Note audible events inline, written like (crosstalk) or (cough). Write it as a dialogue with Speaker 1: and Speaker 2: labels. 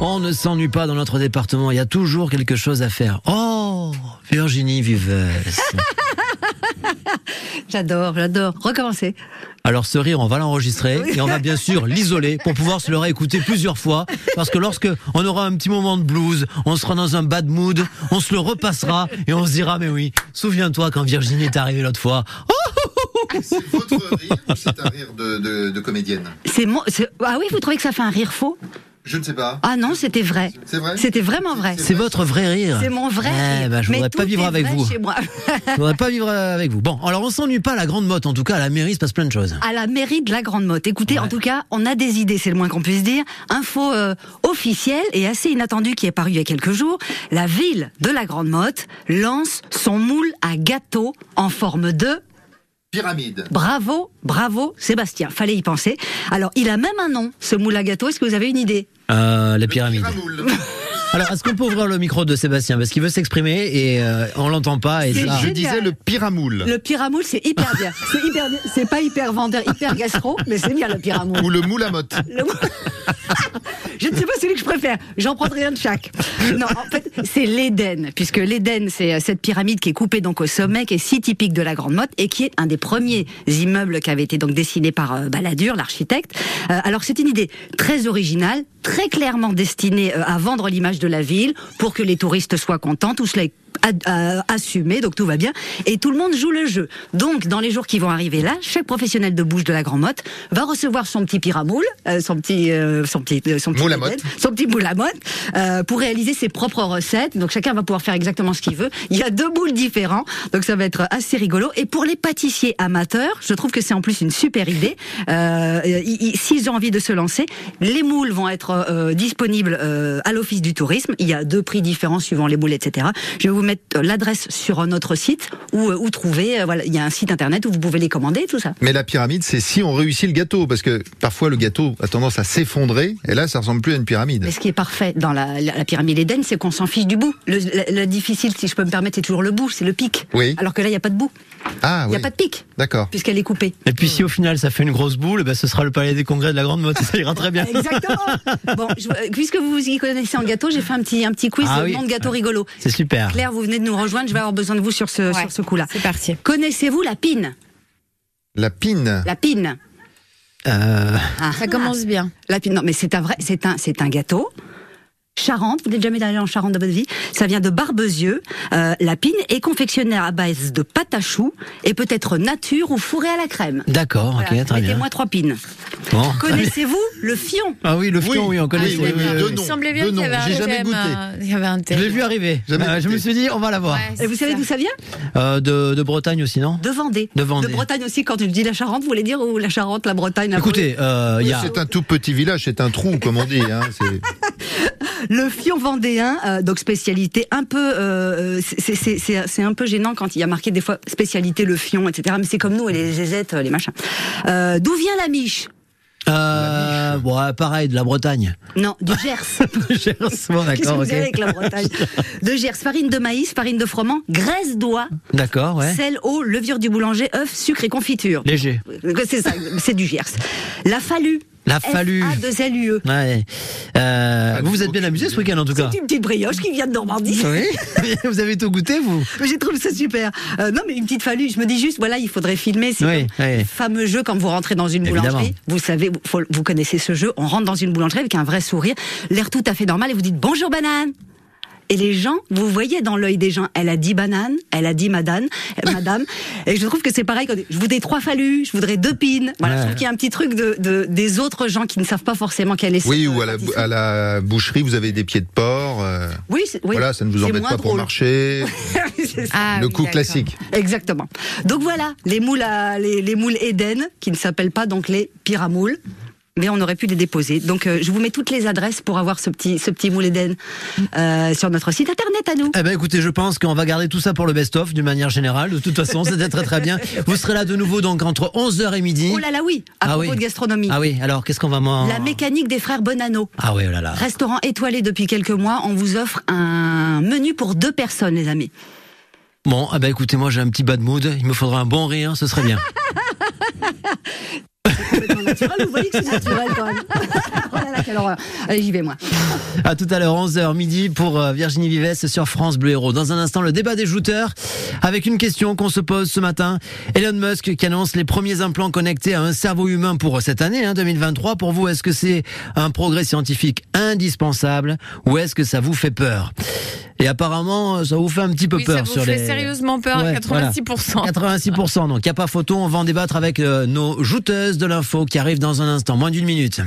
Speaker 1: On ne s'ennuie pas dans notre département, il y a toujours quelque chose à faire. Oh, Virginie
Speaker 2: (laughs)
Speaker 1: Vives.
Speaker 2: J'adore, j'adore. Recommencez.
Speaker 1: Alors ce rire, on va l'enregistrer et on va bien sûr l'isoler pour pouvoir se le réécouter plusieurs fois. Parce que lorsque on aura un petit moment de blues, on sera dans un bad mood, on se le repassera et on se dira mais oui, souviens-toi quand Virginie est arrivée l'autre fois. Oh
Speaker 3: C'est votre rire ou c'est un rire de, de- de comédienne
Speaker 2: C'est mon- c'est- Ah oui, vous trouvez que ça fait un rire faux
Speaker 3: Je ne sais pas.
Speaker 2: Ah non, c'était vrai.
Speaker 3: C'est vrai
Speaker 2: C'était vraiment vrai.
Speaker 1: c'est votre vrai rire.
Speaker 2: C'est mon vrai
Speaker 1: Eh
Speaker 2: rire.
Speaker 1: ben, je
Speaker 2: Mais
Speaker 1: voudrais
Speaker 2: tout
Speaker 1: pas vivre
Speaker 2: est
Speaker 1: avec
Speaker 2: vrai
Speaker 1: vous.
Speaker 2: Chez moi. (laughs)
Speaker 1: Je voudrais pas vivre avec vous. Bon, alors on s'ennuie pas à la grande motte en tout cas à la mairie, il se passe plein de choses.
Speaker 2: à la mairie de la Grande Motte. Écoutez, en tout cas, on a des idées, c'est le moins qu'on puisse dire. Info euh, officielle et assez inattendue qui est parue il y a quelques jours. La ville de la Grande Motte lance son moule à gâteau en forme de...
Speaker 3: Pyramide.
Speaker 2: Bravo, bravo Sébastien, fallait y penser. Alors, il a même un nom, ce moule à gâteau, est-ce que vous avez une idée
Speaker 1: Euh, la pyramide.
Speaker 3: Pyramoule.
Speaker 1: Alors est-ce qu'on peut ouvrir le micro de Sébastien parce qu'il veut s'exprimer et euh, on l'entend pas et
Speaker 2: C'est
Speaker 4: Ah,
Speaker 1: ça.
Speaker 2: génial. disais le
Speaker 3: pyramoule.
Speaker 2: Le pyramoule, c'est hyper bien. C'est hyper bien. C'est pas hyper vendeur, hyper gastro, mais c'est bien le pyramoule.
Speaker 3: le moule à motte.
Speaker 2: Le mou- je ne sais pas celui que je préfère. J'en prendrai un de chaque. Non, en fait, c'est l'Éden, puisque l'Éden, c'est euh, cette pyramide qui est coupée donc au sommet, qui est si typique de la Grande Motte et qui est un des premiers immeubles qui avait été donc dessiné par euh, Balladur, l'architecte. Euh, alors, c'est une idée très originale, très clairement destinée euh, à vendre l'image de la ville pour que les touristes soient contents. Tout cela est ad- euh, assumé, donc tout va bien. Et tout le monde joue le jeu. Donc, dans les jours qui vont arriver là, chaque professionnel de bouche de la Grand Motte va recevoir son petit pyramoule, euh, son petit, euh, son petit, euh, son petit,
Speaker 3: Moule à motte.
Speaker 2: son petit moule à motte, euh, pour réaliser ses propres recettes. Donc, chacun va pouvoir faire exactement ce qu'il veut. Il y a deux moules différents, donc ça va être assez rigolo. Et pour les pâtissiers amateurs, je trouve que c'est en plus une super idée. Euh, ils- ils- S'ils ont envie de se lancer, les moules vont être euh, disponibles euh, à l'office du tourisme. Il y a deux prix différents suivant les moules, etc. Je vais vous mettre euh, l'adresse sur euh, notre site où, euh, où trouver. euh, voilà, il y a un site internet où vous pouvez les commander, tout ça.
Speaker 4: Mais la pyramide, c'est si on réussit le gâteau, parce que parfois le gâteau a tendance à s'effondrer, et là, ça ressemble plus à une pyramide.
Speaker 2: Mais ce qui est parfait dans la, la- la pyramide Éden, c'est qu'on s'en fiche du bout. Le, la- la difficile, si je peux me permettre, c'est toujours le bout, c'est le pic.
Speaker 4: Oui.
Speaker 2: Alors que là, il n'y a pas de bout.
Speaker 4: Ah
Speaker 2: Il
Speaker 4: oui,
Speaker 2: n'y a pas de pic,
Speaker 4: d'accord.
Speaker 2: puisqu'elle est coupée.
Speaker 1: Et puis si au final ça fait une grosse boule, ben, ce sera le palais des congrès de la grande motte, ça ira très bien.
Speaker 2: Exactement. bon, je- euh, puisque vous vous y connaissez en gâteau, j'ai fait un petit, un petit quiz
Speaker 1: Ah
Speaker 2: de
Speaker 1: oui.
Speaker 2: nom de gâteau rigolo.
Speaker 1: (laughs) C'est super.
Speaker 2: Claire, vous venez de nous rejoindre, je vais avoir besoin de vous sur ce,
Speaker 5: Ouais.
Speaker 2: sur ce coup-là.
Speaker 5: C'est parti.
Speaker 2: Connaissez-vous la pine
Speaker 4: La pine,
Speaker 2: La pine.
Speaker 1: Euh,
Speaker 2: Ah,
Speaker 5: Ça commence bien.
Speaker 2: La pine. Non, mais c'est un vrai, c'est un, c'est un gâteau. Charente, vous n'êtes jamais allé en Charente de votre vie. Ça vient de Barbezieux. Euh, la pine est confectionnée à base de pâte à choux et peut être nature ou fourrée à la crème.
Speaker 1: D'accord,
Speaker 2: Voilà,
Speaker 1: ok, très bien.
Speaker 2: Mettez-moi trois pines.
Speaker 1: Bon.
Speaker 2: Connaissez-vous le fion
Speaker 1: Ah oui, le fion, oui, on connaît.
Speaker 4: oui,
Speaker 1: oui, euh, oui, oui.
Speaker 4: deux
Speaker 5: Il
Speaker 4: noms,
Speaker 5: semblait bien
Speaker 4: deux
Speaker 5: qu'il y
Speaker 4: noms.
Speaker 5: avait un
Speaker 4: J'ai jamais
Speaker 5: thème,
Speaker 4: goûté.
Speaker 5: euh, Il y avait un
Speaker 1: Je
Speaker 5: thème.
Speaker 1: l'ai vu arriver.
Speaker 4: Jamais
Speaker 1: Euh, je me
Speaker 4: goûté.
Speaker 1: suis dit, on va la voir.
Speaker 5: Ouais,
Speaker 2: Et
Speaker 5: c'est
Speaker 2: vous savez
Speaker 5: ça.
Speaker 2: d'où ça vient
Speaker 1: Euh, de, de Bretagne aussi, non
Speaker 2: De Vendée.
Speaker 1: De Vendée.
Speaker 2: Bretagne aussi, quand tu dis la Charente, vous voulez dire ou la Charente, la Bretagne la
Speaker 1: Écoutez, euh, il y a.
Speaker 4: c'est un tout petit village, c'est un trou, comme on dit. hein,
Speaker 2: (laughs)
Speaker 4: c'est-
Speaker 2: Le fion vendéen, euh, donc spécialité un peu, euh, c'est- c'est c'est- c'est un peu gênant quand il y a marqué des fois spécialité le fion, etc. Mais c'est comme nous et les zézettes, euh, les machins. Euh, D'où vient la miche
Speaker 1: Euh, ouais, pareil, de la Bretagne.
Speaker 2: Non,
Speaker 1: (laughs)
Speaker 2: du Gers.
Speaker 1: J'ai reçu- bon,
Speaker 2: Qu'est-ce que
Speaker 1: d'accord,
Speaker 2: vous
Speaker 1: ok.
Speaker 2: avez avec la Bretagne De Gers, farine de maïs, farine de froment, graisse d'oie,
Speaker 1: D'accord, ouais.
Speaker 2: sel, eau, levure du boulanger, œufs, sucre et confiture.
Speaker 1: Léger.
Speaker 2: C'est ça, c'est du Gers. La fallue.
Speaker 1: La fallue.
Speaker 2: A 2 L U E.
Speaker 1: Ouais. Euh, vous vous êtes bien
Speaker 4: aucune
Speaker 1: amusé ce week-end en tout cas.
Speaker 2: C'est une petite brioche qui vient de Normandie.
Speaker 1: Oui. vous avez tout goûté, vous
Speaker 2: Mais j'ai trouvé ça super. Euh, non, mais une petite fallue. Je me dis juste, voilà, il faudrait filmer. C'est
Speaker 1: Oui,
Speaker 2: comme
Speaker 1: oui.
Speaker 2: le fameux jeu quand vous rentrez dans une
Speaker 1: Évidemment.
Speaker 2: boulangerie. Vous savez, vous, faut- vous connaissez ce jeu. On rentre dans une boulangerie avec un vrai sourire, l'air tout à fait normal, et vous dites bonjour banane. Et les gens, vous voyez dans l'œil des gens, elle a dit banane, elle a dit madame, euh, (laughs) madame. Et je trouve que c'est pareil. Quand on dit, je voudrais trois fallus, je voudrais deux pines. Voilà,
Speaker 1: Ouais.
Speaker 2: je trouve qu'il y a un petit truc de, de- des autres gens qui ne savent pas forcément quelle est.
Speaker 4: Oui,
Speaker 2: cette,
Speaker 4: ou
Speaker 2: euh,
Speaker 4: à la,
Speaker 2: pâtisserie.
Speaker 4: à la boucherie, vous avez des pieds de porc. euh,
Speaker 2: Oui, c'est- oui.
Speaker 4: Voilà, ça ne vous
Speaker 2: C'est
Speaker 4: embête
Speaker 2: moins
Speaker 4: pas pour
Speaker 2: drôle.
Speaker 4: marcher.
Speaker 2: (laughs) C'est ça.
Speaker 5: Ah,
Speaker 4: le
Speaker 5: oui,
Speaker 4: coup
Speaker 5: d'accord.
Speaker 4: classique.
Speaker 2: Exactement. Donc voilà, les moules, à- les, les moules Eden, qui ne s'appellent pas donc les pyramoules. Mais on aurait pu les déposer. Donc euh, je vous mets toutes les adresses pour avoir ce petit, ce petit moule Eden euh, sur notre site internet à nous.
Speaker 1: Eh ben écoutez, je pense qu'on va garder tout ça pour le best-of d'une manière générale. De toute façon, c'était très très
Speaker 2: (laughs)
Speaker 1: bien. Vous serez là de nouveau donc entre 11h et midi.
Speaker 2: Oh là là oui, à
Speaker 1: Ah
Speaker 2: propos
Speaker 1: oui.
Speaker 2: de gastronomie.
Speaker 1: Ah oui, alors qu'est-ce qu'on va m'en...
Speaker 2: La mécanique des frères Bonanno.
Speaker 1: Ah oui, oh là là.
Speaker 2: Restaurant étoilé depuis quelques mois, on vous offre un menu pour deux personnes, les amis.
Speaker 1: Bon, ah bah écoutez, moi j'ai un petit bad mood, il me faudra un bon rire, ce serait bien.
Speaker 2: naturel, Ah, vous voyez que c'est naturel quand même. (laughs) oh là là, quelle horreur. Allez, j'y vais moi.
Speaker 1: À tout à l'heure, 11h midi pour euh, Virginie Vives sur France Bleu Héros. Dans un instant, le débat des jouteurs avec une question qu'on se pose ce matin. Elon Musk qui annonce les premiers implants connectés à un cerveau humain pour euh, cette année hein, 2023. Pour vous, est-ce que c'est un progrès scientifique indispensable ou est-ce que ça vous fait peur Et apparemment, euh, ça vous fait un petit peu
Speaker 5: Oui,
Speaker 1: peur
Speaker 5: ça vous
Speaker 1: sur
Speaker 5: fait
Speaker 1: les.
Speaker 5: sérieusement peur,
Speaker 1: Ouais,
Speaker 5: 86%.
Speaker 1: 86%, donc il n'y a pas photo, on va en débattre avec euh, nos jouteuses de l'info qui arrivent dans un instant, moins d'une minute.